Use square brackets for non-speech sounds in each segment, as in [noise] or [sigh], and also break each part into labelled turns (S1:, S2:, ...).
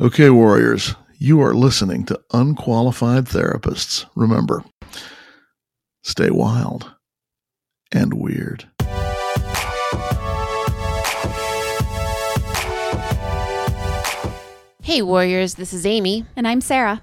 S1: Okay, Warriors, you are listening to unqualified therapists. Remember, stay wild and weird.
S2: Hey, Warriors, this is Amy.
S3: And I'm Sarah.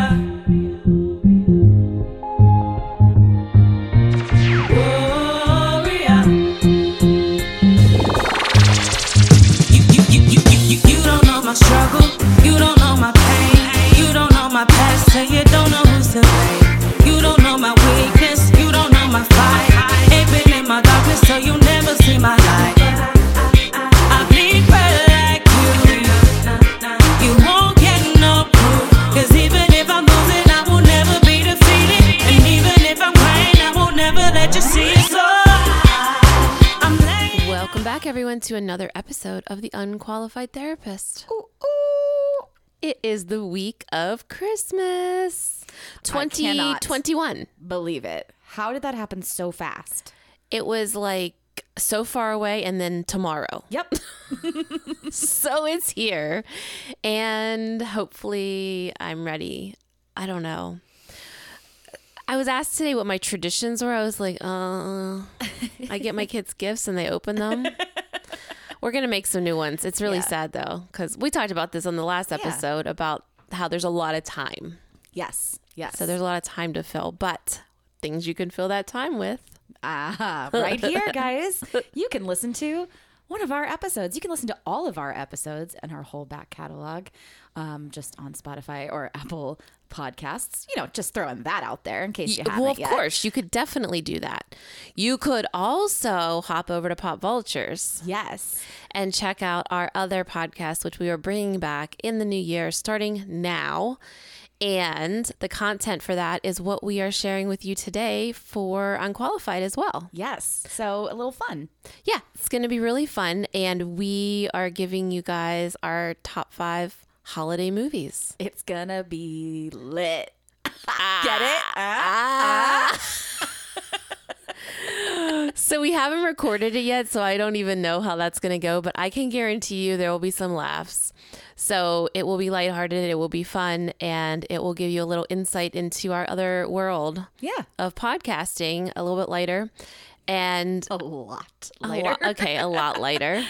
S4: Warrior. You, you, you, you, you, you, you don't know my struggle. You don't know my pain. You don't know my past, and you don't know who's to blame. You don't know my weakness. You don't know my fight. Ain't been in my darkness, so you never see my light. I bleed red like you. You won't get no proof. 'Cause even if I'm losing, I will never be defeated. And even if I'm crying, I will never let you see it. So I'm laying.
S2: Welcome back, everyone, to another episode of The Unqualified Therapist. It is the week of Christmas
S3: cannot.
S2: 2021.
S3: Believe it. How did that happen so fast?
S2: It was like so far away and then tomorrow.
S3: Yep.
S2: [laughs] so it's here and hopefully i'm ready i don't know i was asked today what my traditions were i was like uh i get my kids gifts and they open them we're gonna make some new ones it's really sad though because we talked about this on the last episode about how there's a lot of time
S3: Yes. Yes.
S2: so there's
S3: [laughs]
S2: a lot of time to fill but things you can fill that time with
S3: Ah,
S2: [laughs]
S3: right here, guys. You can listen to one of our episodes. You can listen to all of our episodes and our whole back catalog um, just on Spotify or [laughs] Apple Podcasts. You know, just throwing that out there in case you haven't
S2: well, of
S3: yet.
S2: course, you could definitely do that. You could also hop over to Pop Vultures.
S3: Yes.
S2: and check out our other podcast, which we are bringing back in the new year starting now. And the content for that is what we are sharing with you today for Unqualified as well.
S3: Yes. So a little fun.
S2: Yeah, it's going to be really fun. And we are giving you guys our top five holiday movies.
S3: It's going to be lit.
S2: Get it? so we haven't recorded it yet, so I don't even know how that's going to go, but I can guarantee you there will be some laughs. So it will be lighthearted, it will be fun, and it will give you a little insight into our other world
S3: Yeah.
S2: of podcasting, a little bit lighter. And
S3: A lot
S2: a
S3: later.
S2: lot- okay, a lot
S3: [laughs]
S2: lighter.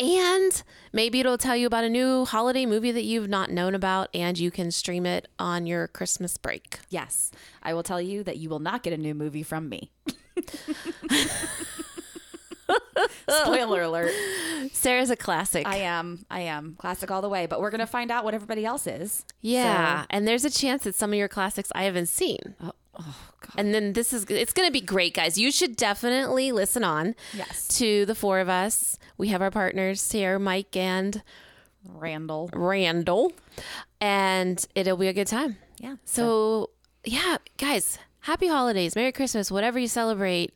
S2: And maybe it'll tell you about a new holiday movie that you've not known about, and you can stream it on your Christmas break.
S3: Yes. I will tell you that you will not get a new movie from me. Spoiler alert.
S2: Sarah's a classic. [laughs]
S3: I am. I am. Classic all the way. But we're going to find out what everybody else is.
S2: yeah. And there's a chance that some of your classics I haven't seen. Oh, God. And then this is, it's going to be great, guys. You should definitely listen on
S3: Yes.
S2: to the four of us. We have our partners here, Mike and
S3: Randall.
S2: Randall, and it'll be a good time.
S3: Yeah.
S2: So, yeah, guys, happy holidays, Merry Christmas, whatever you celebrate.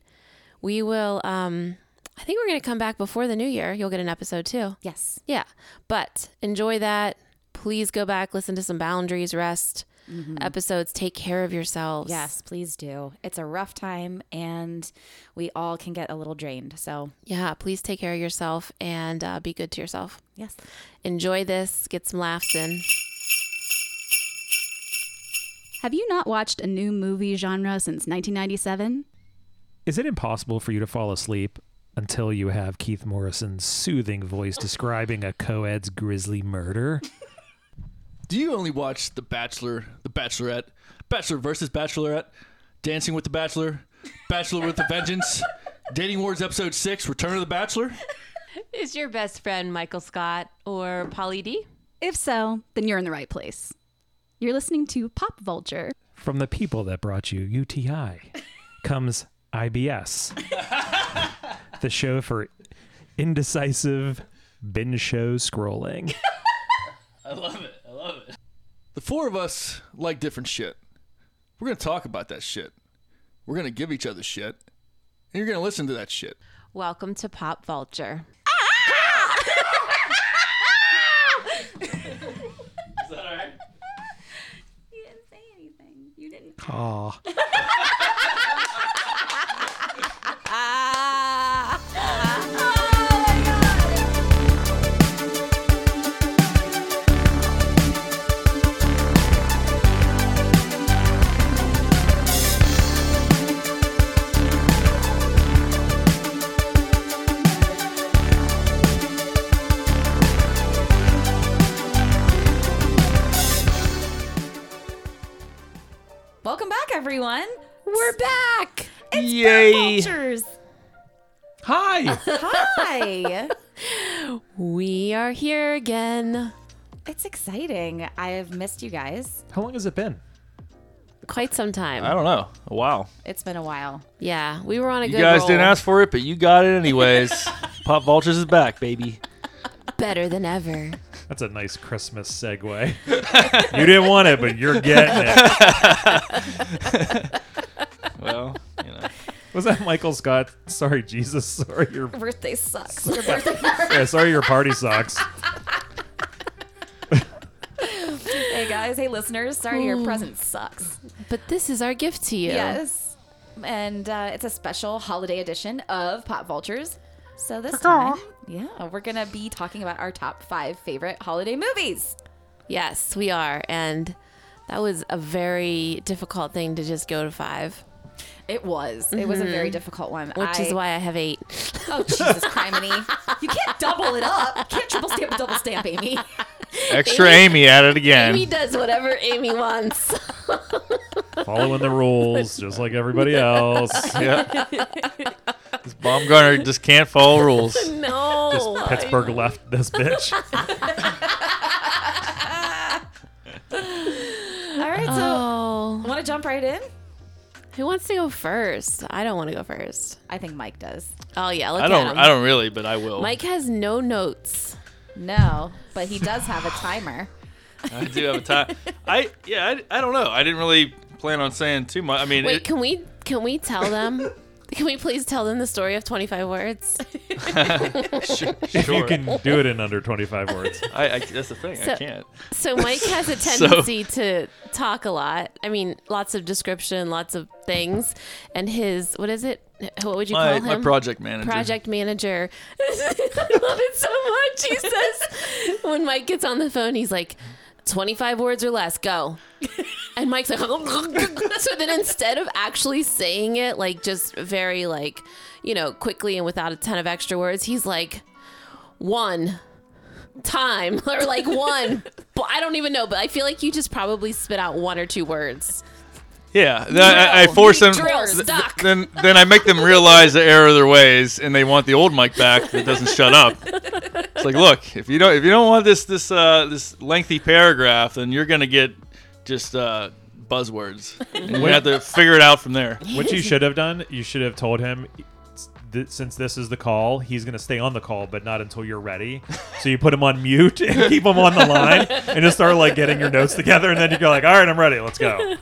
S2: We will, um, I think we're going to come back before the new year. You'll get an episode too.
S3: Yes.
S2: Yeah. But enjoy that. Please go back, listen to some boundaries, rest
S3: Mm-hmm.
S2: episodes, take care of yourselves.
S3: Yes, please do. It's a rough time and we all can get a little drained. So,
S2: Yeah. Please take care of yourself and uh, be good to yourself.
S3: yes.
S2: Enjoy this, get some laughs in.
S5: Have you not watched a new movie genre since 1997?
S6: Is it impossible for you to fall asleep until you have Keith Morrison's soothing voice describing a co-ed's grisly murder?
S7: Do you only watch The Bachelor, The Bachelorette, Bachelor versus Bachelorette, Dancing with the Bachelor, Bachelor with a Vengeance, Dating Wars Episode 6, Return of the Bachelor?
S2: Is your best friend Michael Scott or Polly D?
S5: If so, then you're in the right place. You're listening to Pop Vulture.
S6: From the people that brought you UTI comes IBS, the show for indecisive binge show scrolling.
S7: I love it. four of us like different shit. We're gonna talk about that shit. We're gonna give each other shit, and you're gonna listen to that shit.
S2: Welcome to Pop Vulture.
S5: You didn't say anything. You didn't.
S6: Aw.
S3: Welcome back, everyone. We're back.
S6: Yay.
S3: Vultures.
S6: Hi.
S3: Hi.
S2: We are here again.
S3: it's exciting. I have missed you guys.
S6: How long has it been?
S2: Quite some time.
S7: don't know. Wow.
S3: It's been a while.
S2: yeah, we were on a
S7: You
S2: good
S7: guys
S2: roll.
S7: didn't ask for it, but you got it [laughs] anyways. Pop Vultures is back, baby.
S2: Better than ever.
S6: That's a nice Christmas segue. you didn't want it, but you're getting it.
S7: Well, you know.
S6: Was that Michael Scott? Sorry, Jesus. Sorry, your
S3: Birthday [laughs] sucks.
S6: yeah, sorry, your party socks.
S3: hey guys. Hey listeners. Sorry, your present sucks.
S2: But this is our gift to you.
S3: Yes. And uh, it's a special holiday edition of Pop Vultures. So this time, yeah, we're gonna be talking about our top five favorite holiday movies.
S2: Yes, we are. And that was a very difficult thing to just go to five,
S3: It was. Mm-hmm. It was a very difficult one.
S2: which
S3: I-
S2: is why I have eight.
S3: Oh Jesus criminy! You can't double it up. You can't triple stamp, double stamp, Amy.
S2: [laughs]
S7: Extra Amy at it again.
S2: Amy does whatever Amy wants.
S6: Following the rules, just like
S2: [laughs]
S6: everybody else.
S7: yeah. This Baumgartner just can't follow rules.
S2: [laughs] no.
S6: Just Pittsburgh left this bitch.
S3: All right, so
S2: [laughs] Oh.
S3: want to jump right in?
S2: Who wants to go first? I don't want to go first.
S3: I think Mike does.
S2: Oh, yeah. Look
S7: I
S2: at
S7: don't
S2: him.
S7: I don't really, but I will.
S2: Mike has no notes.
S3: No, but he does have a timer.
S7: I do have
S2: [laughs]
S7: a time. I yeah, I, I don't know. I didn't really plan on saying too much. I mean,
S2: Wait,
S7: it-
S2: can we can we tell them? [laughs] Can we please tell them the story of 25 words?
S6: If you
S7: sure.
S6: can do it in
S2: [laughs]
S6: under 25 words.
S7: I, I that's the thing. I
S2: So-
S7: can't.
S2: So Mike has a
S7: [laughs] So-
S2: tendency to talk a lot. I mean, lots of description, lots of things, and his what is it? What would you
S7: My,
S2: call
S7: my
S2: him?
S7: project manager.
S2: Project manager. [laughs] I love it so much. He says when Mike gets on the phone, he's like, 25 words or less, go. And Mike's like, [laughs] so then instead of actually saying it, like just very, like, you know, quickly and without a ton of extra words, he's like, one time [laughs] or like one. But I don't even know, but I feel like you just probably spit out one or two words.
S7: Yeah, th- I, I
S2: No,
S7: force
S2: you
S7: them.
S2: drill
S7: th-
S2: stuck.
S7: then then I make them realize the error of their ways, and they want the old Mike back that doesn't shut up. It's like, look, if you don't if you don't want this this uh, this lengthy paragraph, then you're gonna get just uh, buzzwords. And you have to figure it out from there.
S6: What you should have done, you should have told him. "S- th- Since this is the call, he's going to stay on the call, but not until you're ready. So you put him on mute and [laughs] keep him on the line, and just start like getting your notes together, and then you go like, "All right, I'm ready.
S2: [laughs]
S6: Let's go."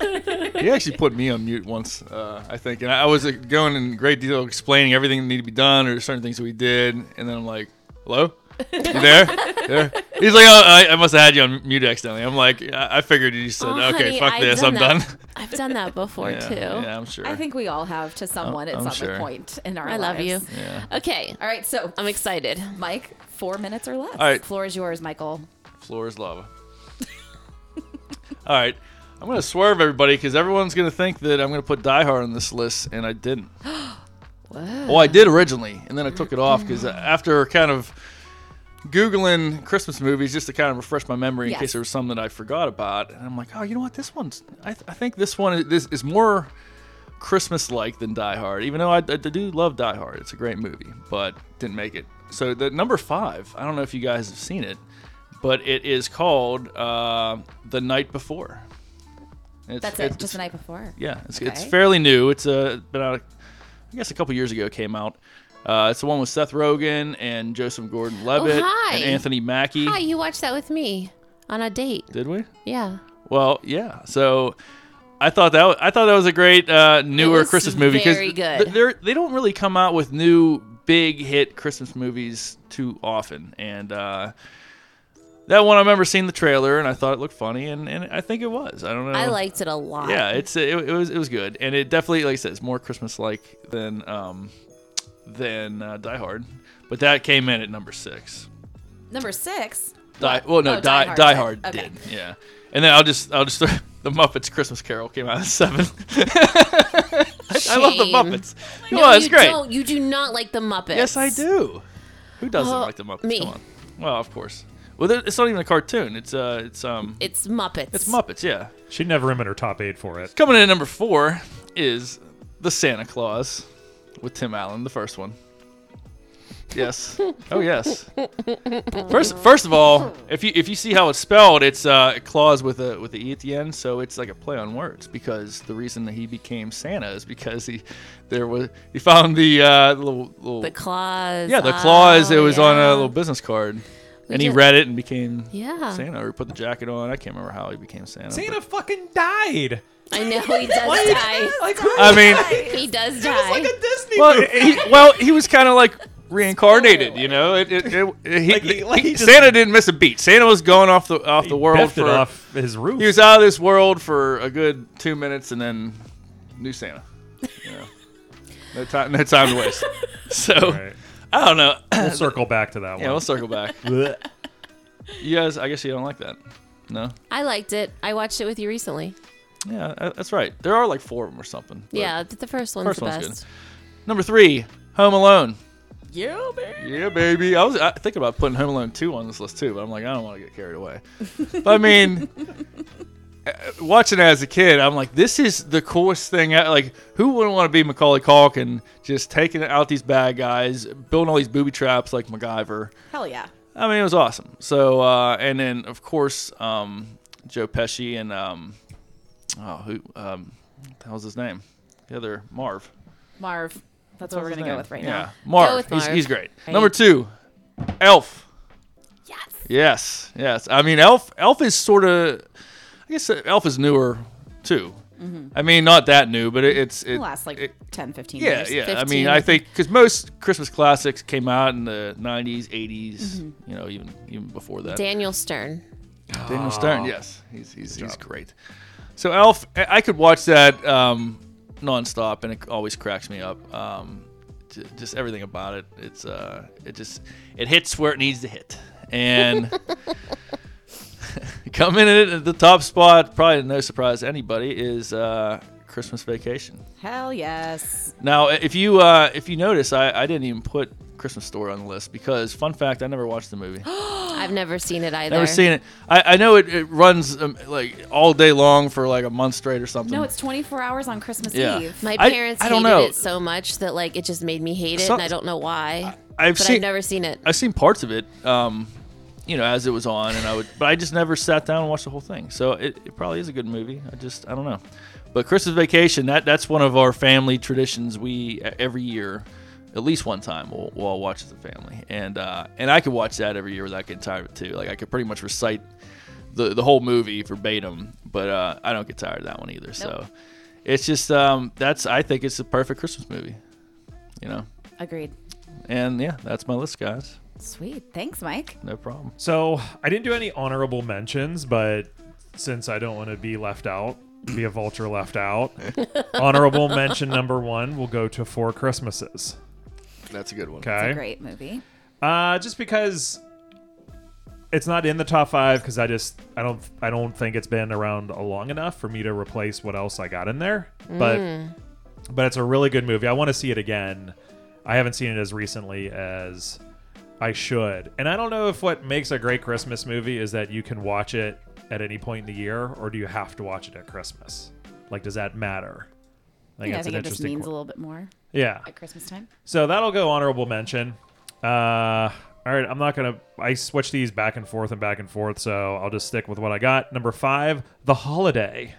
S7: He actually put me on mute once, uh, I think, and I was like, going in great detail explaining everything that needed to be done or certain things that we did, and then I'm like, "Hello,
S2: [laughs]
S7: you there?" Yeah. He's like, "Oh, I, I must have had you on mute accidentally." I'm like, "I, I figured you said,
S2: Oh,
S7: okay,
S2: honey,
S7: fuck
S2: I've
S7: this,
S2: done
S7: I'm
S2: that.
S7: done."
S2: I've done that before
S7: [laughs] yeah,
S2: too.
S7: yeah, I'm sure.
S3: I think we all have to someone at
S7: Oh, I'm
S3: some
S7: sure.
S3: point in our
S2: I love you.
S3: lives.
S7: yeah.
S2: Okay.
S3: All right, so
S2: I'm excited.
S3: Mike, four minutes or less.
S7: All right.
S3: Floor is yours, Michael.
S7: Floor is lava. All right, I'm gonna swerve everybody because everyone's gonna think that I'm gonna put Die Hard on this list, and I didn't. Well, I did originally, and then I took it off because after kind of googling Christmas movies just to kind of refresh my memory in
S3: Yes.
S7: case there was some that I forgot about, and I'm like, oh, you know what, this one's. I, th- I think this one is, this is more Christmas-like than Die Hard, even though I, I do love Die Hard. It's a great movie, but didn't make it. So the number five, I don't know if you guys have seen it, but it is called uh, The Night Before. It's,
S3: That's it. Just the night before.
S7: yeah, it's, it's
S3: Okay.
S7: fairly new. It's uh, been out, I guess, a couple years ago. It came out. Uh, it's the one with Seth Rogen and Joseph Gordon-Levitt
S2: Oh, hi.
S7: and Anthony Mackie.
S2: Hi, you watched that with me on a date.
S7: Did we?
S2: Yeah.
S7: Well, yeah. So I thought that wa- I thought that was a great uh, newer
S2: was
S7: Christmas movie
S2: very good.
S7: th- they're- they don't really come out with new big hit Christmas movies too often, and uh, that one I remember seeing the trailer and I thought it looked funny, and, and I think it was. I don't know.
S2: I liked it a lot.
S7: Yeah, it's it, it was it was good, and it definitely like I said, it's more Christmas like than um than uh, Die Hard, but that came in at number six.
S3: Number six.
S7: Die, well, no,
S3: Oh,
S7: Die, Die Hard,
S3: Okay.
S7: did. Yeah, and then I'll just I'll just [laughs] the Muppets Christmas Carol came out at seven. [laughs] I love the
S2: Shame.
S7: Muppets. Come
S2: No,
S7: on, it's
S2: you
S7: Oh, great.
S2: Don't, you do not like the Muppets.
S7: Yes, I do. Who doesn't
S2: Well,
S7: like the Muppets?
S2: me.
S7: Come on. Well, of course. Well, there- it's not even a cartoon. It's uh, it's um,
S2: It's Muppets.
S7: it's Muppets. Yeah.
S6: She'd never him in her top eight for it.
S7: Coming in at number four is the Santa Claus with Tim Allen, the first one.
S2: [laughs]
S7: Yes. Oh yes. First, first of all, if you if you see how it's spelled, it's uh, Claus with a with the e at the end, so it's like a play on words because the reason that he became Santa is because he there was he found the uh, little, little
S2: The claws.
S7: yeah the clause
S2: Oh,
S7: it was on
S2: yeah.
S7: a little business card. And he
S2: did-
S7: read it and became
S2: Yeah.
S7: Santa, or he put the jacket on. I can't remember how he became Santa. but-
S6: Santa fucking died.
S2: I know
S7: [laughs]
S2: he does die.
S6: Like who?
S7: I mean,
S2: He does die.
S6: a Disney [laughs]
S7: well, he, well, he was kind of like reincarnated, you know. It, it, [laughs] it, he,
S6: Like he- like he just-
S7: Santa didn't miss a beat. Santa was going off the off the world
S6: it
S7: for
S6: off his roof.
S7: he was out of this world for a good two minutes, and then new Santa. Yeah. no time, no time to waste. [laughs] So
S6: All right.
S7: I don't know. [clears throat] [laughs]
S6: We'll circle back to that
S7: yeah, we'll
S6: one.
S7: circle back. [laughs]
S6: Blech.
S7: You guys, I guess you don't like that. No.
S2: I liked it. I watched it with you recently.
S7: Yeah, uh, that's right. There are like four of them or something. but-
S2: yeah, th- the first one's
S7: first
S2: the
S7: one's
S2: best.
S7: Number three, Home Alone.
S3: Yeah, baby.
S7: Yeah, baby. I was uh, thinking about putting Home Alone 2 on this list too, but I'm like, I don't want to get
S3: [laughs]
S7: carried away. But I mean, uh, watching it as a kid, I'm like, this is the coolest thing. I- Like, who wouldn't want to be Macaulay Culkin just taking out these bad guys, building all these booby traps like MacGyver?
S3: Hell yeah.
S7: I mean, it was awesome. So, uh, and then of course, um, Joe Pesci and um, oh, who um, what the hell's his name? The other Marv.
S3: Marv. That's what we're
S7: What's
S3: gonna
S7: his
S3: go
S7: name?
S3: with right
S7: yeah.
S3: now.
S7: Marv.
S2: with
S7: He's,
S2: Marv.
S7: he's great.
S2: Right.
S7: Number two, Elf. Yes. Yes. Yes. I mean, Elf. Elf is sort of. I guess uh, Elf is newer too. I mean, not that new, but it, it's it,
S3: The Mm-hmm. last like
S7: it-
S3: 10, 15
S7: yeah,
S3: years.
S7: yeah. I
S2: 15.
S7: mean, I think because most Christmas classics came out in the '90s, '80s,
S3: Mm-hmm.
S7: you know, even even before that.
S2: Daniel Stern.
S7: [gasps] Daniel Stern, yes, he's he's, he's great. So Elf, I I could watch that um, nonstop, and it always cracks me up. Um, j- just everything about it, it's uh, it just it hits where it needs to hit, and [laughs] coming in at the top spot, probably no surprise to anybody, is uh, Christmas Vacation.
S3: Hell yes.
S7: Now, if you uh, if you notice, I, I didn't even put Christmas Story on the list because fun fact, I never watched the movie. [gasps]
S2: I've never seen it either.
S7: Never seen it. I, I know it, it runs um, like all day long for like a month straight or something.
S3: No, it's 24 hours on Christmas
S7: Yeah.
S3: Eve.
S2: My
S7: I-
S2: parents
S7: I don't
S2: hated
S7: know.
S2: it so much that like it just made me hate it,
S7: Some-
S2: and I don't know why.
S7: I've
S2: but
S7: seen
S2: I've never seen it.
S7: I've seen parts of it, um, you know, as it was on, and I would, but I just never sat down and watched the whole thing. So it, it probably is a good movie. I just I don't know. But Christmas Vacation that that's one of our family traditions. We uh, every year. At least one time we'll, we'll all watch as a family, and uh, and I could watch that every year without getting tired of it too. Like I could pretty much recite the the whole movie verbatim, but uh, I don't get tired of that one either. So it's just um, that's I think it's the perfect Christmas movie, you know.
S3: Agreed.
S7: And yeah, that's my list, guys.
S3: Sweet. Thanks, Mike.
S7: No problem.
S6: So I didn't do any honorable mentions, but since I don't want to be left out, be a vulture left out,
S7: [laughs]
S6: honorable mention number one will go to Four Christmases.
S7: That's a good one.
S6: Okay.
S3: Great movie.
S6: Uh, just because it's not in the top five because I just I don't I don't think it's been around long enough for me to replace what else I got in there.
S3: Mm.
S6: But but it's a really good movie. I want to see it again. I haven't seen it as recently as I should. And I don't know if what makes a great Christmas movie is that you can watch it at any point in the year, or do you have to watch it at Christmas? Like, does that matter? I think
S3: Yeah, I
S6: that's
S3: think
S6: an
S3: it just
S6: interesting
S3: means
S6: que-
S3: a little bit more
S6: Yeah.
S3: at Christmas time.
S6: So that'll go honorable mention. Uh, all right, I'm not gonna. I switch these back and forth and back and forth, so I'll just stick with what I got. Number five, The Holiday.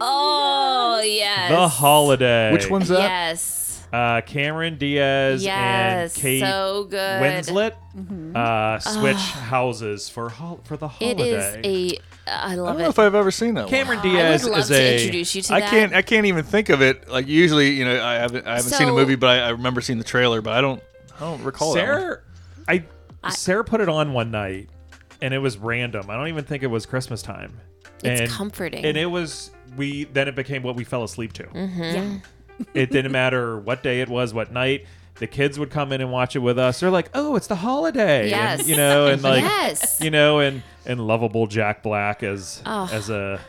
S2: Oh yes.
S6: The Holiday.
S7: Which one's that?
S2: Yes.
S6: Uh, Cameron Diaz
S2: Yes.
S6: and Kate
S2: So good. Mm-hmm.
S6: Winslet uh, switch houses for hol- for the
S2: It
S6: holiday.
S2: is a uh, I
S7: I
S2: love
S7: don't know
S2: it.
S7: if I've ever seen that
S2: I
S7: one.
S6: Cameron
S2: would
S6: Diaz
S2: love
S6: is
S2: to
S6: a.
S2: introduce you to
S7: I
S2: that.
S7: can't. I can't even think of it. Like usually, you know, I haven't. I haven't seen a
S2: So-
S7: movie, but I, I remember seeing the trailer. But I don't. I don't recall Oh, that one.
S6: Sarah, I, Sarah put it on one night, and it was random. I don't even think it was Christmas time.
S2: It's
S6: and,
S2: comforting. Mm-hmm.
S6: and it was we. Then it became what we fell asleep to.
S3: Yeah.
S6: [laughs] It didn't matter what day it was, what night. The kids would come in and watch it with us. They're like, "Oh, it's the holiday," and,
S2: Yes.
S6: you know, and like,
S2: yes. Oh.
S6: you know, and and lovable Jack Black as as a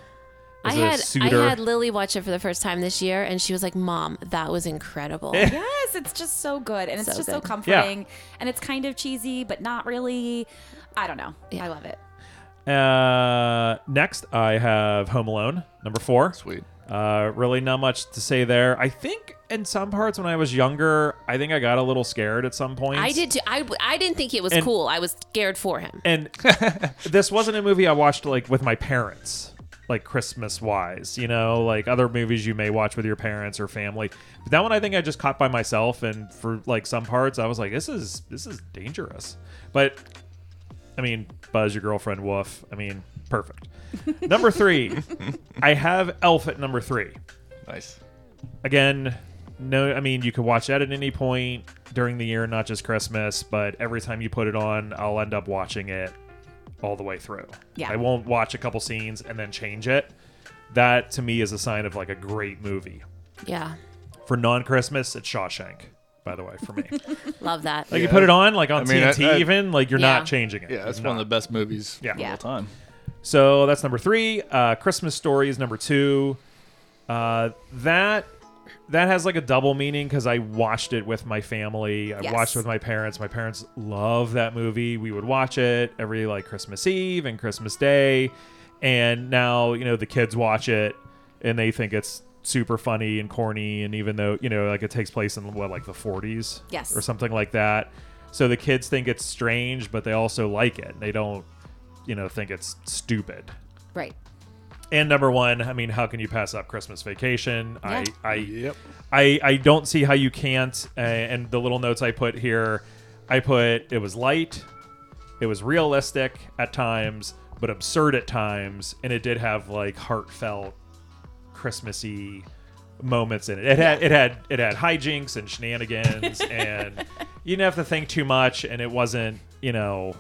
S2: I
S6: as a
S2: had
S6: suitor.
S2: I had Lily watch it for the first time this year, and she was like, "Mom, that was incredible."
S3: Yes, it's just so good, and it's
S2: So
S3: just so
S2: good.
S3: comforting, and it's kind of cheesy, but not really. I don't know. I love it.
S6: Uh, next, I have Home Alone, number four.
S7: Sweet.
S6: Uh, really, not much to say there. I think in some parts when I was younger, I think I got a little scared at some point.
S2: I did too. I, I didn't think it was
S6: And-
S2: cool. I was scared for him. [laughs]
S6: And this wasn't a movie I watched like with my parents, like Christmas wise, you know, like other movies you may watch with your parents or family. But that one I think I just caught by myself and for like some parts I was like, this is this is dangerous. But I mean, Buzz, your girlfriend, woof. I mean,
S2: [laughs]
S6: perfect. Number three. I have Elf at number three
S7: Nice.
S6: again no i mean you could watch that at any point during the year not just christmas but every time you put it on i'll end up watching it all the way through
S3: Yeah.
S6: i won't watch a couple scenes and then change it that to me is a sign of like a great movie
S2: Yeah,
S6: for non-christmas it's shawshank by the way for me like
S2: love that.
S6: you put it on like on
S7: I mean,
S6: tnt
S7: I- I-
S6: even like you're
S2: Yeah.
S6: not changing it
S7: Yeah, that's
S6: You're
S7: one of the
S6: not.
S7: best movies
S6: Yeah.
S7: of all time.
S6: So that's number three. Uh, Christmas Story is number two. Uh, that that has like a double meaning because I watched it with my family. I
S3: Yes.
S6: watched it with my parents. My parents love that movie. We would watch it every like Christmas Eve and Christmas Day. And now you know the kids watch it and they think it's super funny and corny. And even though you know like it takes place in what like the 40s,
S3: Yes.
S6: or something like that. So the kids think it's strange, but they also like it. They don't you know think it's stupid.
S3: Right.
S6: And number one, I mean, how can you pass up Christmas Vacation?
S3: Yeah.
S6: I, I, I, I don't see how you can't. Uh, and the little notes I put here, I put it was light, it was realistic at times, but absurd at times, and it did have like heartfelt, Christmassy moments in it. It had, it had, it had hijinks and shenanigans, and you didn't have to think too much, and it wasn't, you know,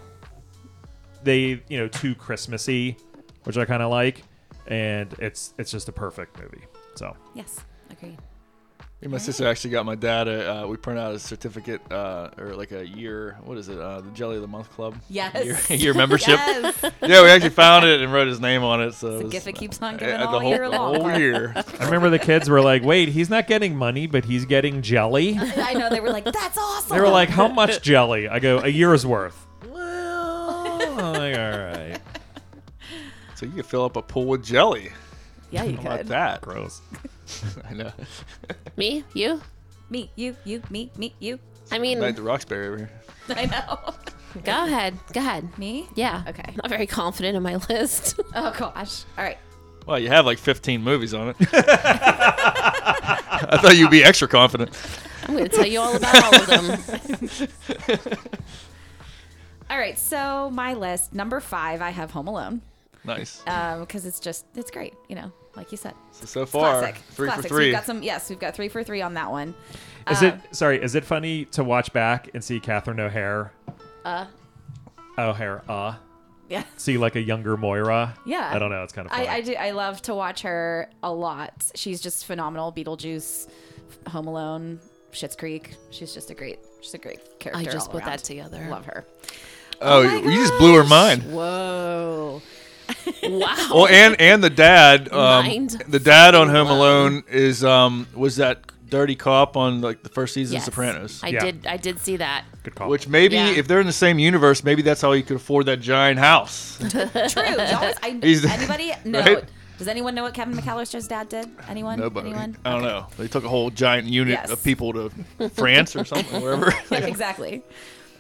S6: they you know too Christmassy, which I kind of like, and it's it's just a perfect movie. So
S3: Yes. Agree.
S7: Yeah, my sister actually got my dad. A, uh, we print out a certificate uh, or like a year. What is it? Uh, the Jelly of the Month Club.
S3: Yes.
S7: Year, [laughs] year membership.
S3: Yes.
S7: Yeah, we actually found it and wrote his name on it. So it
S3: The
S7: was-
S3: gift that keeps on
S7: uh,
S3: giving
S7: the
S3: all
S7: whole,
S3: year
S7: the
S3: long.
S7: whole
S3: [laughs]
S7: year.
S6: I remember the kids were like, "Wait, he's not getting money, but he's getting jelly."
S3: [laughs] I know they were like, "That's awesome."
S6: They were like, "How much jelly?" I go, "A year's worth." Well, I'm like, all right,
S7: so you could fill up a pool with jelly.
S3: "Yeah, you
S7: How about
S3: could."
S7: that?
S6: gross.
S7: [laughs] I know.
S2: Me, you.
S3: Me, you, you, me, me, you. [laughs]
S2: I mean,
S7: Like the Roxbury over here.
S3: I know.
S2: go ahead, go ahead.
S3: me?
S2: Yeah.
S3: Okay.
S2: I'm not very confident in my list.
S3: Oh gosh. All right.
S7: Well, you have like 15 movies on it. [laughs] I thought you'd be extra confident.
S2: [laughs] I'm [laughs] going to tell you all about all of them.
S3: All right. So my list number five, I have Home Alone
S7: Nice.
S3: because it's just it's great. You know, like you said,
S7: So, so far,
S3: classic. It's
S7: three
S3: classic.
S7: for
S3: So we've
S7: three.
S3: got some. Yes, we've got three for three on that one.
S6: Is it
S3: Uh,
S6: sorry? Is it funny to watch back and see Catherine O'Hare? Uh. O'Hare. Uh.
S3: Yeah.
S6: See like a younger Moira.
S3: Yeah.
S6: I don't know. It's kind of funny.
S3: I, I do. I love to watch her a lot. She's just phenomenal. Beetlejuice, Home Alone, Schitt's Creek. She's just a great. She's a great character.
S2: I just
S3: all
S2: put
S3: around.
S2: that together. [laughs]
S3: Love her.
S7: oh, you you just blew her mind.
S3: Whoa.
S2: Wow.
S7: Well, and and the dad, um,
S2: Mind
S7: the dad on Home Alone is um was that dirty cop on like the first season
S2: Yes.
S7: of Sopranos,
S2: I
S6: Yeah.
S2: did. I did see that.
S6: Good call.
S7: which maybe
S2: Yeah.
S7: if they're in the same universe, maybe that's how you could afford that giant house.
S3: True. Y'all was- I,
S7: He's-
S3: anybody? No.
S7: Right?
S3: Does anyone know what Kevin McAllister's dad did? Anyone?
S7: Nobody,
S3: Anyone?
S7: I don't know. They took a whole giant unit
S3: Yes. [laughs]
S7: [laughs] of people to France or something, wherever.
S3: exactly.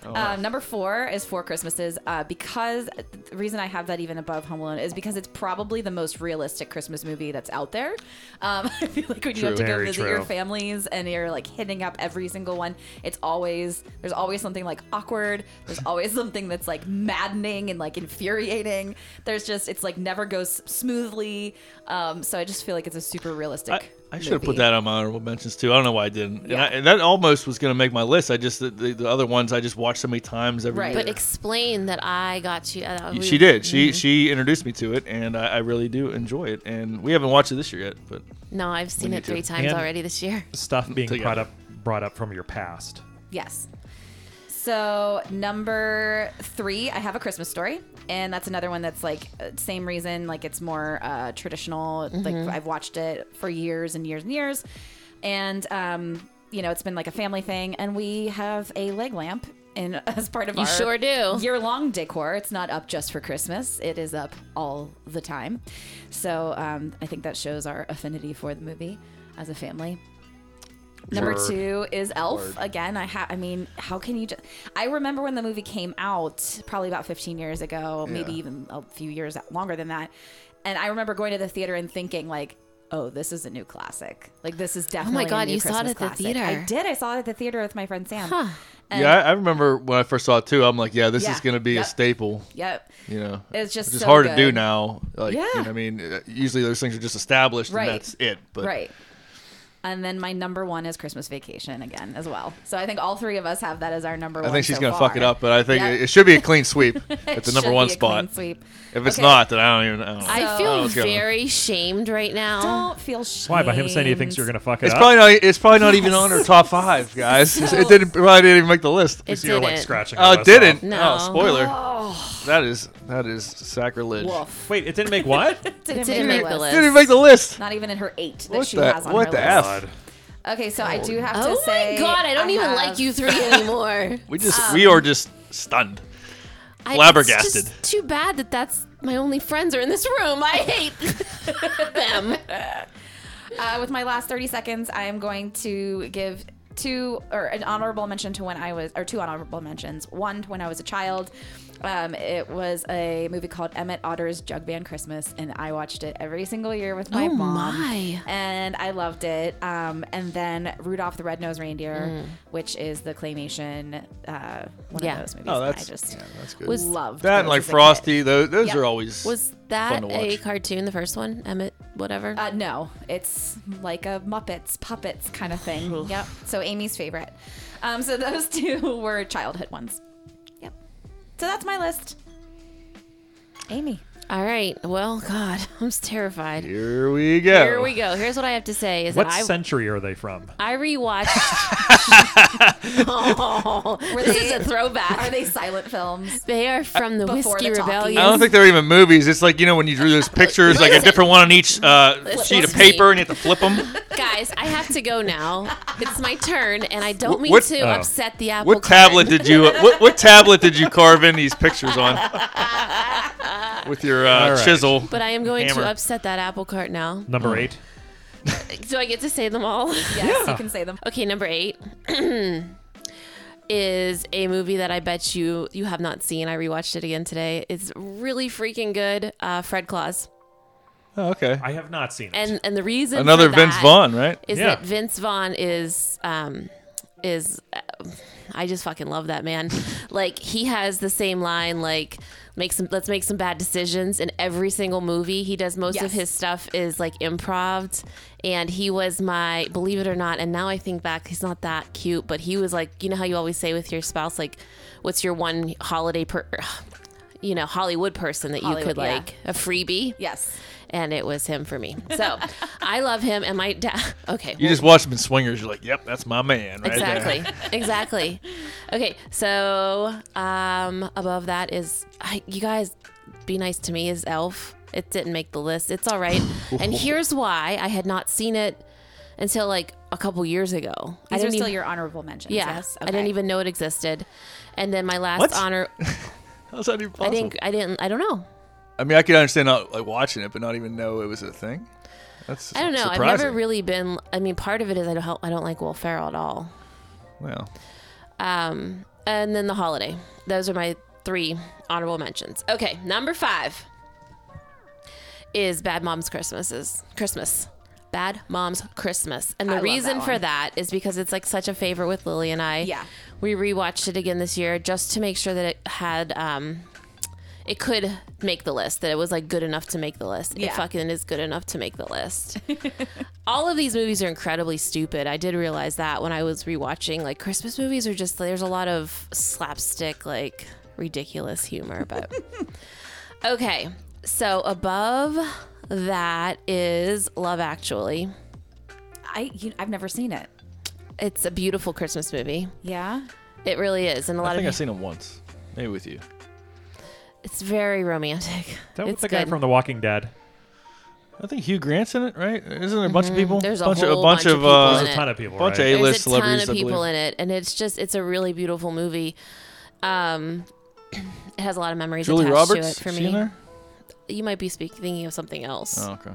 S3: Um, number four is Four Christmases uh, because the reason I have that even above Home Alone is because it's probably the most realistic Christmas movie that's out there. Um, [laughs] I feel like when you have to go
S6: Very
S3: visit your
S6: true.
S3: families and you're like hitting up every single one, it's always there's always something like awkward. There's always something that's like maddening and like infuriating. There's just it's like never goes smoothly. Um, so I just feel like it's a super realistic.
S7: I, I should have put
S3: movie.
S7: that on my honorable mentions too. I don't know why I didn't. And, I, and that almost was going to make my list. I just the, the, the other ones I just watched so many times every
S3: Right.
S7: year.
S2: But explain that I got you. Uh, we-
S7: she did. She
S3: Mm-hmm.
S7: she introduced me to it, and I, I really do enjoy it. And we haven't watched it this year yet, but
S2: No, I've seen
S7: need
S2: it three
S7: to.
S2: times
S6: And-
S2: already this year.
S6: Stuff being
S7: Together.
S6: brought up brought up from your past.
S3: Yes. So number three, I have a Christmas story, and that's another one that's like uh, same reason, like it's more uh, traditional. Like
S2: Mm-hmm.
S3: I've watched it for years and years and years, and um, you know it's been like a family thing, and we have a leg lamp in [laughs] as part of
S2: You
S3: our
S2: sure do.
S3: year long decor. It's not up just for Christmas. It is up all the time, so um, I think that shows our affinity for the movie as a family. Number
S7: Word.
S3: two is Elf. Again, I ha- I mean, how can you? Ju- I remember when the movie came out, probably about 15 years ago, maybe even a few years longer than that. And I remember going to the theater and thinking like, "Oh, this is a new classic. Like this is definitely a
S2: Oh God,
S3: new
S2: you saw it
S3: Christmas
S2: at the
S3: classic."
S2: theater.
S3: I did. I saw it at the theater with my friend Sam. And-
S7: yeah, I, I remember when I first saw it too. I'm like, yeah, this
S3: Yeah.
S7: is going to be
S3: Yep.
S7: a staple.
S3: Yep.
S7: You know,
S3: It's just
S7: which is
S3: so
S7: hard to
S3: good.
S7: do now. Like,
S3: Yeah.
S7: you know what I mean, Uh, usually those things are just established
S3: Right.
S7: and that's it. But
S3: Right. And then my number one is Christmas Vacation again as well. So I think all three of us have that as our number
S7: I
S3: one.
S7: think she's
S3: so
S7: going to
S3: far.
S7: fuck it up. But I think
S3: Yep.
S7: it, it should be a
S3: [laughs]
S7: clean sweep
S3: It
S7: at the
S3: should
S7: number one
S3: be a clean
S7: spot.
S3: sweep.
S7: If it's
S3: Okay.
S7: not, then I don't even. I don't know.
S2: I
S7: I don't know
S2: feel
S7: what's going on.
S2: very shamed right now.
S3: Don't feel shame.
S6: Why? By him saying he thinks you're gonna fuck it
S7: It's
S6: up.
S7: probably not. e, It's probably not
S3: [laughs]
S7: even on her top five, guys. It's- [laughs] it didn't. Probably didn't even make the list.
S2: it
S6: You're like
S2: didn't.
S6: scratching.
S7: Oh,
S6: the
S7: it
S6: list
S7: didn't.
S6: off.
S2: No.
S7: Oh, spoiler. That is that is sacrilege.
S3: Oh. Woof.
S6: Wait, it didn't make what?
S2: [laughs]
S3: Didn't,
S2: didn't make the
S7: Didn't even make the list.
S3: Not even in her eight that
S7: What
S3: she
S7: the-
S3: has on
S7: what
S3: her
S7: the
S3: list.
S7: F?
S6: God.
S3: Okay, so I do have
S2: Oh
S3: to say.
S2: my god, I don't even
S3: have-
S2: like you [laughs] three anymore.
S7: We just
S3: Um,
S7: we are just stunned.
S2: I-
S7: Flabbergasted.
S2: It's just too bad that that's my only friends are in this room. I hate [laughs] them.
S3: Uh, with my last 30 seconds, I am going to give two or an honorable mention to when I was, or two honorable mentions. One to when I was a child. Um, it was a movie called Emmett Otter's Jug Band Christmas, and I watched it every single year with my
S2: Oh
S3: mom.
S2: my.
S3: And I loved it. Um, and then Rudolph the Red-Nosed Reindeer, which is the claymation, uh, one
S2: Mm. Yeah.
S3: of those movies.
S7: Oh,
S3: that
S7: that's
S3: I just
S7: yeah, that's good.
S2: Was
S3: loved
S7: that
S3: those
S7: and like
S3: as a kid.
S7: Frosty, those, those
S3: Yep.
S7: are always.
S2: was that
S7: Fun to
S2: a
S7: watch.
S2: cartoon, the first one? Emmett, whatever.
S3: Uh, no, it's like a Muppets puppets kind of [sighs] thing. yep. So Amy's favorite. Um, so [laughs] those two were childhood ones. Yep. So that's my list. Amy.
S2: All right. Well, God, [laughs] I'm terrified.
S7: here we go.
S2: Here we go. Here's what I have to say is
S6: What
S2: that I
S6: century are they from?
S2: I
S7: [laughs]
S2: rewatched. [laughs] oh, this [laughs] is a throwback.
S3: Are they silent films?
S2: They are from the
S3: Before
S2: Whiskey
S3: the talkies.
S2: Rebellion.
S7: I don't think they're even movies. It's like you know when you drew those pictures, like a different one on each uh, sheet
S2: Flip
S7: of
S2: them.
S7: paper, and you have to flip them.
S2: Guys, I have to go now. It's my turn, and I don't mean
S7: what-
S2: to
S6: Oh.
S2: upset the apple.
S7: What tablet did you
S2: [laughs]
S7: what, what tablet did you carve in these pictures on? With your
S6: All
S7: uh,
S6: right.
S7: chisel.
S2: But I am going
S7: Hammer.
S2: to upset that apple cart now.
S6: Number eight.
S2: Do I get to say them all? [laughs]
S3: Yes, you can say them.
S2: Okay, number eight [clears throat] is a movie that I bet you you have not seen. I rewatched it again today. It's really freaking good. Uh, Fred Claus,
S7: Oh, okay.
S6: I have not seen it.
S2: and and the reason
S7: Another
S2: for
S7: Vince
S2: that
S7: Vaughn, right?
S2: is
S6: Yeah.
S2: that Vince Vaughn is um is uh, I just fucking love that man. [laughs] like he has the same line like make some let's make some bad decisions in every single movie. He does most of
S3: Yes.
S2: his stuff is like improv and he was my believe it or not and now I think back he's not that cute but he was like you know how you always say with your spouse like what's your one holiday per you know Hollywood person that you
S3: Hollywood,
S2: could
S3: yeah.
S2: like a freebie
S3: Yes.
S2: and it was him for me. So [laughs] I love him and my dad. Okay.
S7: You
S2: well-
S7: just watch them in swingers, you're like, Yep, that's my man right
S2: Exactly.
S7: there.
S2: exactly. Okay. So um, above that is I, you guys be nice to me is Elf. It didn't make the list. It's all
S7: [laughs]
S2: right. and here's why I had not seen it until like a couple years ago. I
S3: These are
S2: didn't
S3: still
S2: even,
S3: your honorable mentions.
S2: yeah.
S3: Yes.
S2: I didn't
S3: Okay.
S2: even know it existed. And then my last
S7: What?
S2: honor,
S7: [laughs] How's that even
S2: I
S7: possible?
S2: didn't, I didn't, I don't know.
S7: I mean I could understand not like watching it but not even know it was a thing. That's
S2: I don't know.
S7: surprising.
S2: I've never really been. I mean, part of it is I don't, I don't like Will Ferrell at all.
S7: Well,
S2: Um, and then the holiday. Those are my three honorable mentions. Okay, number five is Bad Mom's Christmases. Christmas. Bad Mom's Christmas. And the
S3: love that
S2: reason for
S3: one.
S2: that is because it's like such a favorite with Lily and I.
S3: Yeah.
S2: We rewatched it again this year just to make sure that it had um it could make the list, that it was like good enough to make the list. It
S3: Yeah.
S2: fucking is good enough to make the list. All of these movies are incredibly stupid. I did realize that when I was rewatching like Christmas movies are just there's a lot of slapstick like ridiculous humor, but Okay. So above that is Love Actually.
S3: I you, I've never seen it.
S2: It's a beautiful Christmas movie.
S3: Yeah.
S2: It really is, and a lot
S7: I think
S2: of
S7: I've seen him once, maybe with you.
S2: it's very romantic.
S6: That was
S2: it's
S6: the guy
S2: good.
S6: from The Walking Dead.
S7: I think Hugh Grant's in it, right? Isn't there a bunch of people?
S2: Mm-hmm. There's a
S7: bunch
S2: whole
S7: of, bunch
S2: bunch of
S7: of,
S2: people
S7: uh,
S2: in
S6: A
S2: it.
S6: ton of people,
S7: Bunch
S6: right?
S7: of A-list
S2: There's a ton
S7: celebrities.
S2: of
S7: I believe.
S2: people in it, and it's just it's a really beautiful movie. Um, it has a lot of memories
S7: Julie
S2: attached
S7: Roberts.
S2: to it for
S7: is
S2: me.
S7: she in there?
S2: You might be speaking thinking of something else
S7: Oh, okay.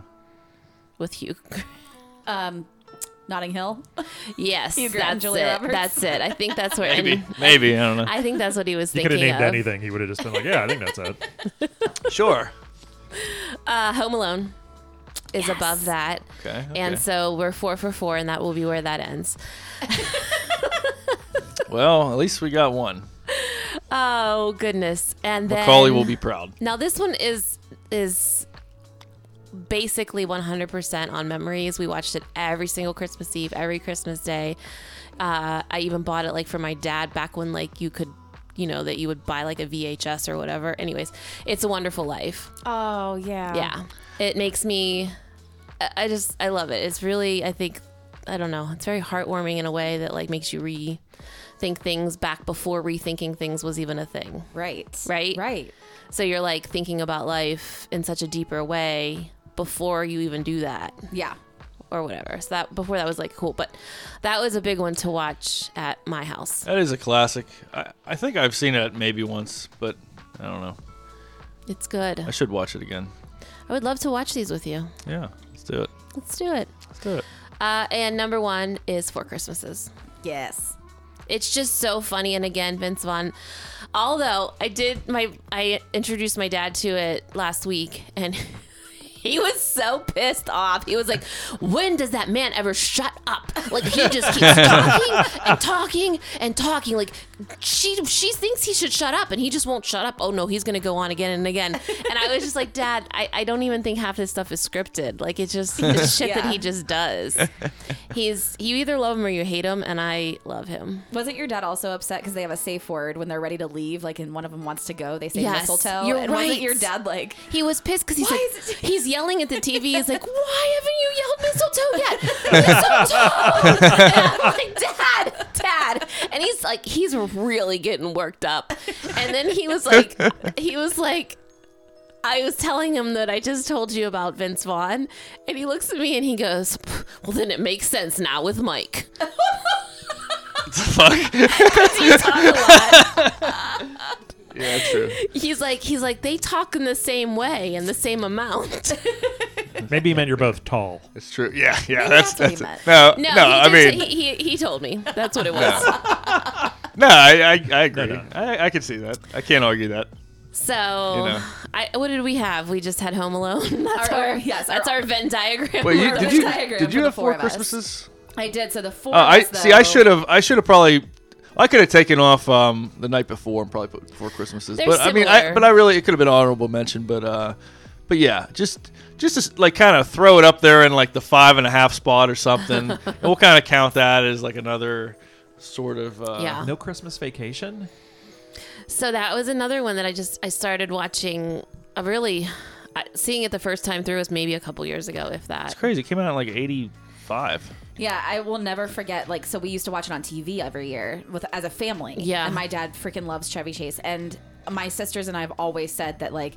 S2: with Hugh.
S3: Um,
S5: Notting Hill.
S2: yes,
S5: Hugh Grant,
S2: that's
S5: Julia
S2: it.
S5: Roberts.
S2: That's it. I think that's where
S7: Maybe,
S2: and
S7: maybe I don't know.
S2: I think that's what he was
S6: You could
S2: thinking
S6: have named
S2: of.
S6: anything. He would have just been like, "Yeah, I think that's it."
S7: [laughs] sure.
S2: Uh, Home Alone is above that.
S7: Okay.
S2: And
S7: okay.
S2: so we're four for four, and that will be where that ends.
S7: well, at least we got one.
S2: Oh goodness! And then
S7: Macaulay will be proud.
S2: Now this one is is basically 100% on memories. We watched it every single Christmas Eve, every Christmas day. Uh, I even bought it like for my dad back when like you could, you know, that you would buy like a VHS or whatever. Anyways, it's a wonderful life.
S3: oh yeah.
S2: Yeah, it makes me. I- I just I love it. It's really I think I don't know. It's very heartwarming in a way that like makes you rethink things back before rethinking things was even a thing.
S3: [laughs] Right.
S2: Right?
S3: Right.
S2: So you're like thinking about life in such a deeper way before you even do that
S3: Yeah.
S2: or whatever. So that before that was like cool, but that was a big one to watch at my house.
S7: That is a classic. I, I think I've seen it maybe once, but I don't know.
S2: It's good.
S7: I should watch it again.
S2: I would love to watch these with you.
S7: Yeah, let's do it.
S2: Let's do it.
S7: Let's do [laughs] it.
S2: Uh, and number one is Four Christmases.
S3: Yes.
S2: It's just so funny. And again, Vince Vaughn. Although I did my, I introduced my dad to it last week, and [laughs] he was so pissed off. He was like, "When does that man ever shut up? Like he just keeps talking and talking and talking. Like she, she thinks he should shut up, and he just won't shut up. Oh no, he's gonna go on again and again. And I was just like, Dad, I, I don't even think half this stuff is scripted. Like it's just it's shit that
S3: Yeah.
S2: he just does. He's you either love him or you hate him, and I love him.
S3: Wasn't your dad also upset because they have a safe word when they're ready to leave? Like, and one of them wants to go, they say
S2: Yes,
S3: mistletoe.
S2: you're
S3: and
S2: right.
S3: wasn't your dad like,
S2: He was pissed because he's
S3: Why
S2: like,
S3: is it-
S2: he's yelling at the TV. He's like, why haven't you yelled mistletoe [laughs] yet? Mistletoe! And I'm like, Dad, Dad, and he's like, he's really getting worked up. And then he was like, he was like. I was telling him that I just told you about Vince Vaughn, and he looks at me and he goes, "Well, then it makes sense now with Mike." [laughs]
S7: Fuck.
S2: He talked a lot.
S7: yeah, true.
S2: He's like, he's like, they talk in the same way and the same amount. [laughs]
S6: Maybe he meant you're both tall.
S7: It's true. Yeah, yeah. That's
S2: that's what he
S7: that's
S2: meant.
S7: no,
S2: No,
S7: no.
S2: he
S7: I
S2: did say-
S7: mean,
S2: he, he, he told me that's what it was.
S7: no. I I, I agree.
S6: no.
S7: I, I can see that. I can't argue that.
S2: So,
S7: You know.
S2: I, what did we have? We just had Home Alone. [laughs] That's our,
S3: our- [laughs] yes,
S2: that's our, Venn diagram.
S7: Wait, you,
S3: Or
S7: did
S3: the
S7: you
S3: diagram
S7: did
S3: for
S7: you
S3: the
S7: have
S3: four
S7: four
S3: of us.
S7: Christmases?
S3: I did. So the four.
S7: Oh,
S3: of
S7: I
S3: us,
S7: see. I
S3: though-
S7: should have. I should have probably. I could have taken off um, the night before and probably put four Christmases.
S2: They're
S7: but I mean,
S2: similar.
S7: I, but I really it could have been honorable mention. But uh, but yeah, just just to, s- like kind of throw it up there in like the five and a half spot
S2: [laughs]
S7: or something, and we'll kind of count that as like another sort of uh,
S2: Yeah.
S6: No Christmas vacation.
S2: So that was another one that I just I started watching. A really, I- seeing it the first time through was maybe a couple years ago, if that.
S7: It's crazy. It came out in like eighty five.
S3: Yeah, I will never forget. Like, so we used to watch it on TV every year with as a family.
S2: Yeah.
S3: and my dad freaking loves Chevy Chase, and my sisters and I have always said that like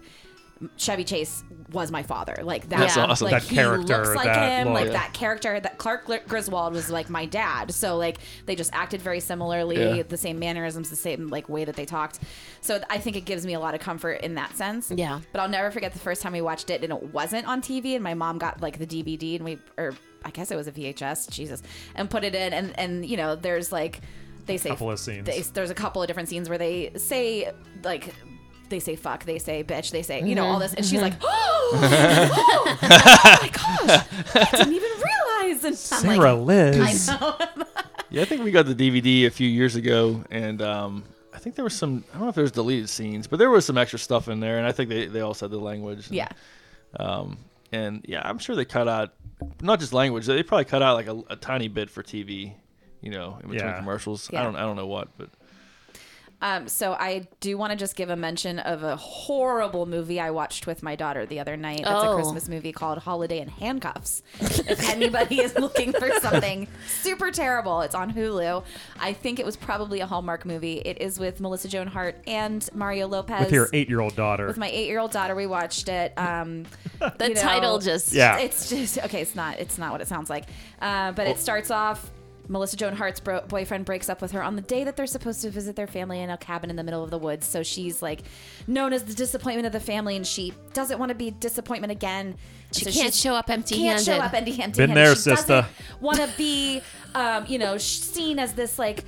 S3: Chevy Chase was my father. Like that,
S2: That's
S7: awesome.
S3: Like
S6: That
S3: he
S6: character,
S3: looks like
S6: that
S3: him.
S6: look.
S3: Like
S6: Yeah.
S3: that character. That Clark Gr- Griswold was like my dad. So like they just acted very similarly,
S7: Yeah.
S3: the same mannerisms, the same like way that they talked. So th- I think it gives me a lot of comfort in that sense.
S2: Yeah.
S3: But I'll never forget the first time we watched it and it wasn't on TV and my mom got like the DVD and we or I guess it was a VHS, Jesus, and put it in and and you know, there's like they say
S6: Couple of scenes.
S3: they- there's a couple of different scenes where they say like they say fuck, they say bitch, they say you know all this, and she's like, oh, oh, my gosh, I didn't even realize. And I'm like,
S6: Sarah Liz.
S7: Yeah, I think we got the DVD a few years ago, and um, I think there was some. I don't know if there's deleted scenes, but there was some extra stuff in there, and I think they they all said the language. and-
S3: [laughs] yeah,
S7: Um, and yeah, I'm sure they cut out not just language. They probably cut out like a, a tiny bit for TV, you know, in between
S6: Yeah.
S7: commercials.
S3: Yeah.
S7: I don't I don't know what, but
S3: Um, so I do want to just give a mention of a horrible movie I watched with my daughter the other night. That's a
S2: Oh.
S3: Christmas movie called Holiday in Handcuffs. if anybody is looking for something super terrible, it's on Hulu. I think it was probably a Hallmark movie. It is with Melissa Joan Hart and Mario Lopez.
S6: With your eight year old daughter.
S3: With my eight-year-old daughter, we watched it. Um,
S2: The
S3: you know,
S2: title just
S6: yeah.
S3: it's just okay. It's not. It's not what it sounds like. Uh, but it starts off. Melissa Joan Hart's bro- boyfriend breaks up with her on the day that they're supposed to visit their family in a cabin in the middle of the woods. So she's like known as the disappointment of the family, and she doesn't want to be disappointment again.
S2: She
S3: So
S2: can't
S3: she's-
S2: show up
S3: can't
S2: empty-handed.
S3: show up empty-handed.
S6: Been there,
S3: she
S6: sister.
S3: Want to be, um, you know, sh- seen as this like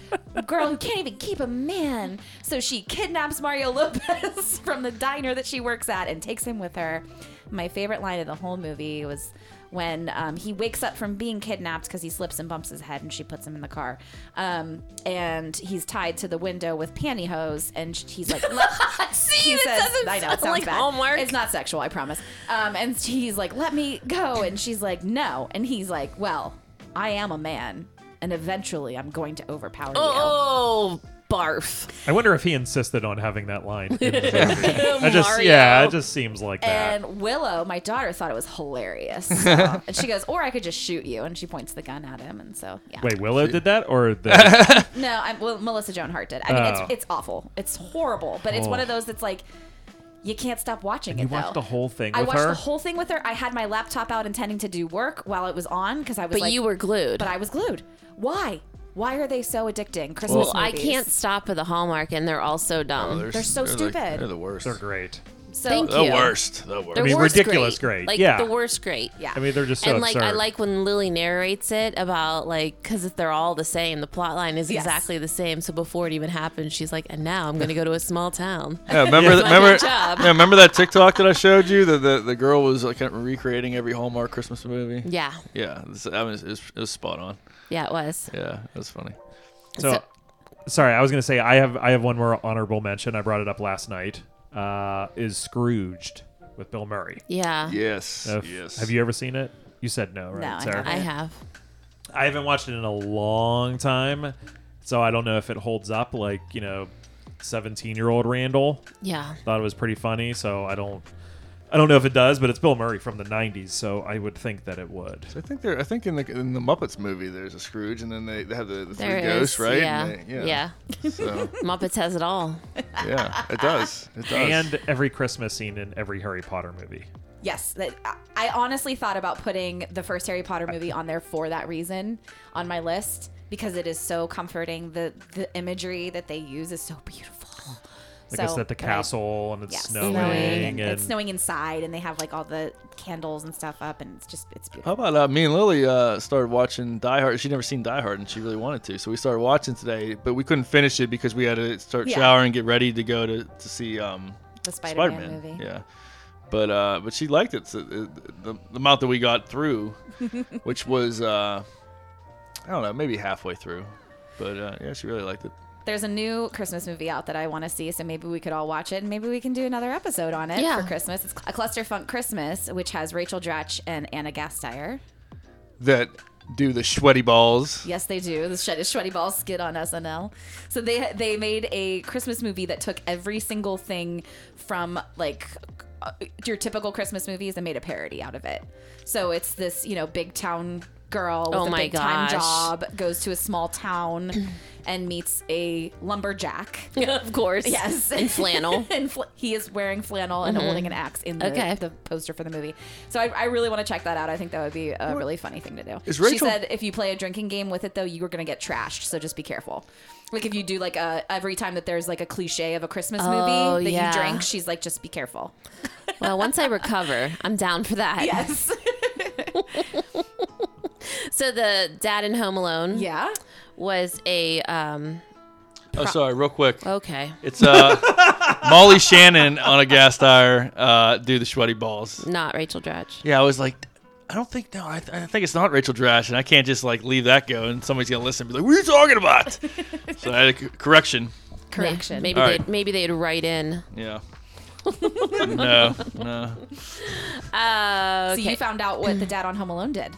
S3: girl who can't even keep a man. So she kidnaps Mario Lopez [laughs] from the diner that she works at and takes him with her. My favorite line of the whole movie was when um, he wakes up from being kidnapped because he slips and bumps his head, and she puts him in the car. Um, and he's tied to the window with pantyhose, and sh- he's like, [laughs] let-
S2: See,
S3: he
S2: that
S3: says,
S2: doesn't
S3: I know, it
S2: sound
S3: sounds
S2: like
S3: bad.
S2: Hallmark.
S3: It's not sexual, I promise. Um, and he's like, let me go. And she's like, no. And he's like, well, I am a man. And eventually I'm going to overpower you.
S2: Oh, barf.
S6: I wonder if he insisted on having that line.
S2: [laughs]
S6: In the movie. I just yeah, it just seems like that.
S3: And Willow, my daughter, thought it was
S2: [laughs]
S3: hilarious. So- and she goes, or I could just shoot you. And she points the gun at him. And so, yeah.
S6: Wait, Willow did that or
S7: [laughs]
S6: the
S3: No, I'm, well, Melissa Joan Hart did. I mean,
S6: Oh.
S3: it's, it's awful. It's horrible. But it's one
S6: Oh.
S3: of those that's like, you can't stop watching
S6: you
S3: it,
S6: watched
S3: though.
S6: the whole thing
S3: I
S6: with
S3: watched
S6: her?
S3: the whole thing with her. I had my laptop out intending to do work while it was on because I was
S2: But
S3: like,
S2: you were glued.
S3: but I was glued. Why? Why are they so addicting? Christmas
S2: well, I
S3: movies.
S2: can't stop at the Hallmark, and they're all so dumb.
S3: They're so
S7: like-
S3: stupid.
S7: they're the worst.
S6: They're great.
S3: So Oh.
S2: Thank
S7: the
S2: you.
S7: worst. The worst.
S2: They're
S6: I mean,
S2: worst
S6: ridiculous great.
S2: Like
S6: Yeah.
S2: the worst great.
S3: Yeah.
S6: I mean, they're just so
S2: and like I
S6: absurd.
S2: like when Lily narrates it about like because they're all the same. The plot line is
S3: Yes.
S2: exactly the same. So before it even happens, she's like, "And now I'm going to go to a small
S7: [laughs]
S2: town."
S7: Yeah, remember,
S2: It's
S7: th-
S2: my
S7: remember,
S2: good job.
S7: yeah, remember that TikTok that I showed you? That the, the girl was like kind of recreating every Hallmark Christmas movie.
S2: yeah,
S7: Yeah, this- I mean, it, was, it was spot on.
S2: yeah, it was.
S7: Yeah, that's funny.
S6: So,
S2: So-
S6: sorry, I was gonna say I have I have one more honorable mention. I brought it up last night. Uh, is Scrooged with Bill Murray?
S2: Yeah,
S7: Yes,
S6: If-
S7: yes.
S6: Have you ever seen it? You said no, right?
S3: No, I
S6: Sarah?
S3: haven't.
S2: I have.
S6: I haven't watched it in a long time, so I don't know if it holds up. Like you know, seventeen-year-old Randall
S2: Yeah,
S6: thought it was pretty funny, so I don't. I don't know if it does, but it's Bill Murray from the '90s, so I would think that it would.
S7: I think there. I think in the in the Muppets movie, there's a Scrooge, and then they, they have the, the three
S2: there is.
S7: ghosts, right?
S2: Yeah.
S7: And they-
S2: yeah,
S7: So
S2: Muppets has it
S3: [laughs]
S2: all.
S7: yeah, it does. It does.
S6: And every Christmas scene in every Harry Potter movie.
S3: Yes, that, I- I honestly thought about putting the first Harry Potter movie on there for that reason on my list because it is so comforting. The the imagery that they use is so beautiful.
S6: Like it's at the
S3: but I-
S6: castle and it's
S3: yes.
S6: snowing, and,
S3: It's snowing inside, and they have like all the candles and stuff up, and it's just it's
S7: How
S3: beautiful.
S7: about uh, me and Lily uh, started watching Die Hard? She'd never seen Die Hard, and she really wanted to, so we started watching today. But we couldn't finish it because we had to start
S3: Yeah.
S7: showering, get ready to go to to see um,
S2: Oh,
S3: The Spider-Man,
S7: Spider Man.
S3: movie.
S7: Yeah, but uh, but she liked it. So, uh, the, the amount that we got through,
S3: [laughs]
S7: which was uh, I don't know, maybe halfway through. But uh, yeah, she really liked it.
S3: There's a new Christmas movie out that I want to see, so maybe we could all watch it, and maybe we can do another episode on it
S2: Yeah.
S3: for Christmas. It's a Clusterfunk Christmas, which has Rachel Dratch and Anna Gasteyer.
S7: That do the sweaty balls.
S3: Yes, they do. The Shreddy, Shreddy Ball skit on SNL. So they they made a Christmas movie that took every single thing from like uh, your typical Christmas movies and made a parody out of it. So it's this you know big town girl with
S2: Oh
S3: a
S2: my
S3: big time
S2: gosh.
S3: job goes to a small town [clears throat] and meets a lumberjack.
S2: of course.
S3: Yes,
S2: in flannel.
S3: [laughs]
S2: Mm-hmm.
S3: and fl- he is wearing flannel and holding an axe in the,
S2: Okay.
S3: the poster for the movie. So I, I really want to check that out. I think that would be a really funny thing to do.
S7: Is
S3: she
S7: Rachel-
S3: said if you play a drinking game with it though, you are gonna get trashed. So just be careful. Like if you do like a every time that there's like a cliche of a Christmas
S2: Oh,
S3: movie that
S2: yeah.
S3: you drink, she's like just be careful.
S2: well, once I recover, I'm down for that. [laughs]
S3: [laughs] Yes.
S2: So the dad in Home Alone
S3: yeah.
S2: was a um,
S7: Oh, sorry, real quick.
S2: Okay.
S7: It's uh, Molly Shannon on a gas tire. Uh, do the sweaty balls.
S2: Not Rachel Dratch.
S7: Yeah, I was like, I don't think no. I, th- I think it's not Rachel Drash, and I can't just like leave that go, and somebody's gonna listen and be like, "What are you talking about?" so I had a c- correction.
S2: Yeah,
S3: Correction.
S2: maybe
S7: All
S2: they'd
S7: right.
S2: maybe they'd write in.
S7: Yeah. no, no.
S2: Uh,
S3: So you found out
S2: [clears throat]
S3: what the dad on Home Alone did.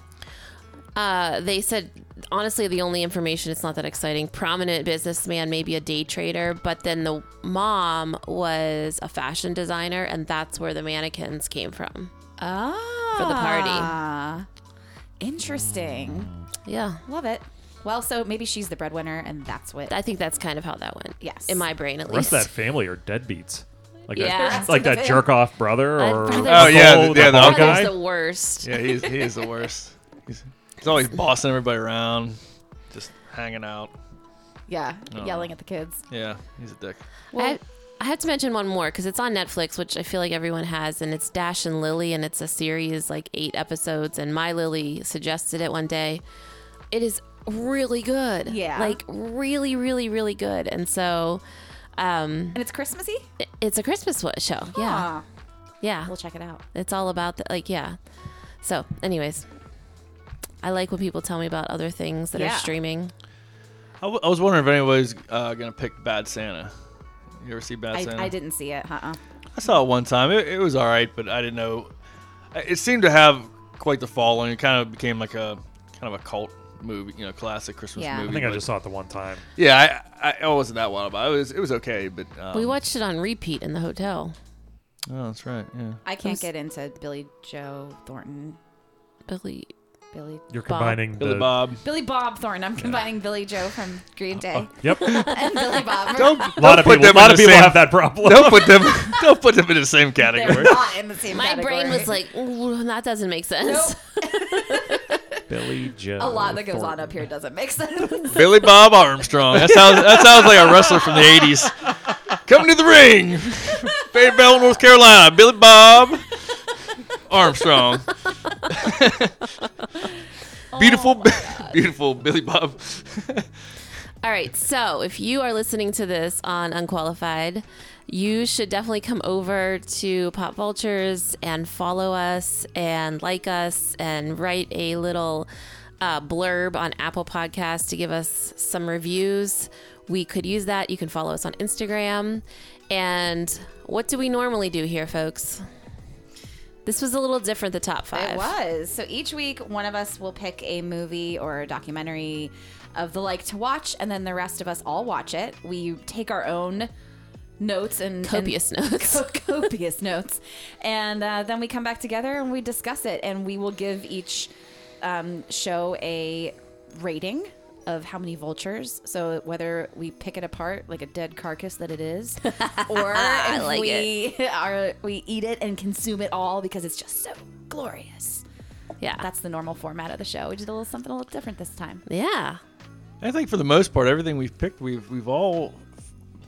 S2: Uh, they said, honestly, the only information, it's not that exciting. Prominent businessman, maybe a day trader, but then the mom was a fashion designer, and that's where the mannequins came from.
S3: Ah.
S2: the party.
S3: Interesting.
S2: Yeah.
S3: Love it. Well, so maybe she's the breadwinner, and that's what.
S2: I think that's kind of how that went.
S3: Yes.
S2: In my brain, at
S6: The rest
S2: least.
S6: of that family are deadbeats. Like
S2: Yeah.
S6: that, like that jerk off brother
S2: Uh,
S6: or
S2: brother's-
S7: Oh, yeah, the- yeah, the
S6: bald
S7: uncle.
S2: [laughs] That
S6: guy.
S2: was the worst.
S7: Yeah, he's he's the worst. He's, he's always bossing everybody around, just hanging out.
S3: yeah,
S7: Oh.
S3: yelling at the kids.
S7: Yeah, he's a dick.
S2: I, I have to mention one more because it's on Netflix, which I feel like everyone has, and it's Dash and Lily, and it's a series like eight episodes. And my Lily suggested it one day. It is really good.
S3: Yeah.
S2: like really, really, really good. And so, um,
S3: And it's Christmassy?
S2: it- it's a Christmas wa- show. Yeah,
S3: Aw.
S2: yeah.
S3: We'll check it out.
S2: It's all about the, like yeah. So, anyways, I like when people tell me about other things that
S3: Yeah.
S2: are streaming.
S7: I, w- I was wondering if anybody's uh, gonna pick Bad Santa. You ever see Bad
S3: I,
S7: Santa?
S3: I didn't see it. Uh-uh.
S7: I saw it one time. It, it was all right, but I didn't know. I- It seemed to have quite the following. It kind of became like a kind of a cult movie, you know, classic Christmas
S3: Yeah. I
S7: movie.
S6: I think I
S7: but-
S6: just saw it the one time.
S7: yeah, I, I, I wasn't that wild about it. It was it was okay, but um,
S2: We
S3: Oh.
S2: watched it on repeat in the hotel.
S7: Oh, that's right. Yeah.
S3: I can't get into Billy Joe Thornton.
S2: Billy,
S3: Billy.
S6: You're
S2: Bob.
S6: combining
S7: Billy
S6: the.
S7: Bob.
S3: Billy Bob Thornton. I'm combining Billy Joe from Green Day
S7: [laughs]
S6: Yep, a
S3: [laughs] and Billy Bob.
S7: Don't,
S6: lot of
S7: put
S6: people. A
S7: them
S6: lot
S7: in
S6: of
S7: the
S6: people
S7: same-
S6: have that problem.
S7: [laughs] Don't put them. [laughs] don't put them in the same
S3: They're
S7: category.
S3: not in the same
S2: my
S3: category.
S2: brain was like, "Ooh, that doesn't make sense.
S6: Billy Joe.
S3: a lot that goes on up here doesn't make [laughs] sense.
S7: Billy Bob Armstrong. That sounds. That sounds like a wrestler from the '80s. Coming to the ring, Fayetteville, North Carolina. Billy Bob Armstrong. beautiful, [laughs] beautiful Billy Bob.
S2: All right. So if you are listening to this on Unqualified, you should definitely come over to Pop Vultures and follow us and like us and write a little uh, blurb on Apple Podcasts to give us some reviews. We could use that. You can follow us on Instagram. And what do we normally do here, folks? This was a little different, the top five.
S3: It was. So each week, one of us will pick a movie or a documentary of the like to watch, and then the rest of us all watch it. We take our own notes and
S2: Copious
S3: and-
S2: notes.
S3: co- [laughs] copious notes, and uh, then we come back together and we discuss it, and we will give each um, show a rating of how many vultures. So whether we pick it apart like a dead carcass that
S2: [laughs]
S3: it is, or if
S2: like
S3: we [laughs] are we eat it and consume it all because it's just so glorious.
S2: Yeah.
S3: That's the normal format of the show. We did a little something a little different this time.
S2: [laughs] yeah.
S7: I think for the most part, everything we've picked, we've we've all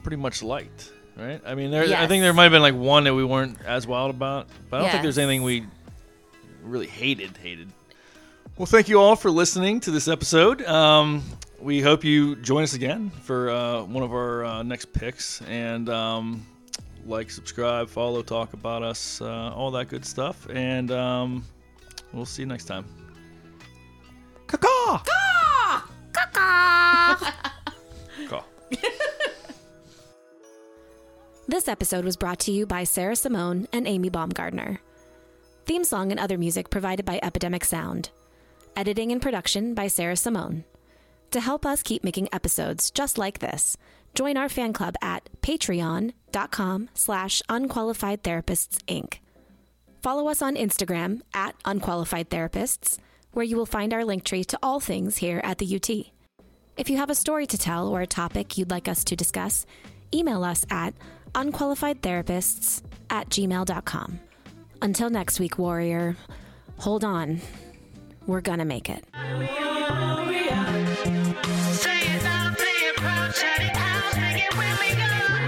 S7: pretty much liked, right? I mean, there, I
S2: Yes.
S7: think there might have been like one that we weren't as wild about, but I don't think there's
S2: Yes.
S7: anything we really hated. Hated. Well, thank you all for listening to this episode. Um, we hope you join us again for uh, one of our uh, next picks and. Um, like, subscribe, follow, talk about us, uh, all that good stuff. And um, we'll see you next time. Caw-caw! Caw.
S8: This episode was brought to you by Sarah Simone and Amy Baumgardner. Theme song and other music provided by Epidemic Sound. Editing and production by Sarah Simone. To help us keep making episodes just like this, join our fan club at patreon.com slash unqualified therapists inc. Follow us on Instagram at unqualified therapists, where you will find our link tree to all things here at the UT. If you have a story to tell or a topic you'd like us to discuss, email us at unqualifiedtherapists at gmail.com. Until next week, Warrior, hold on. We're gonna make it.
S4: Say it loud, play it proud, shout it out, make it when we go.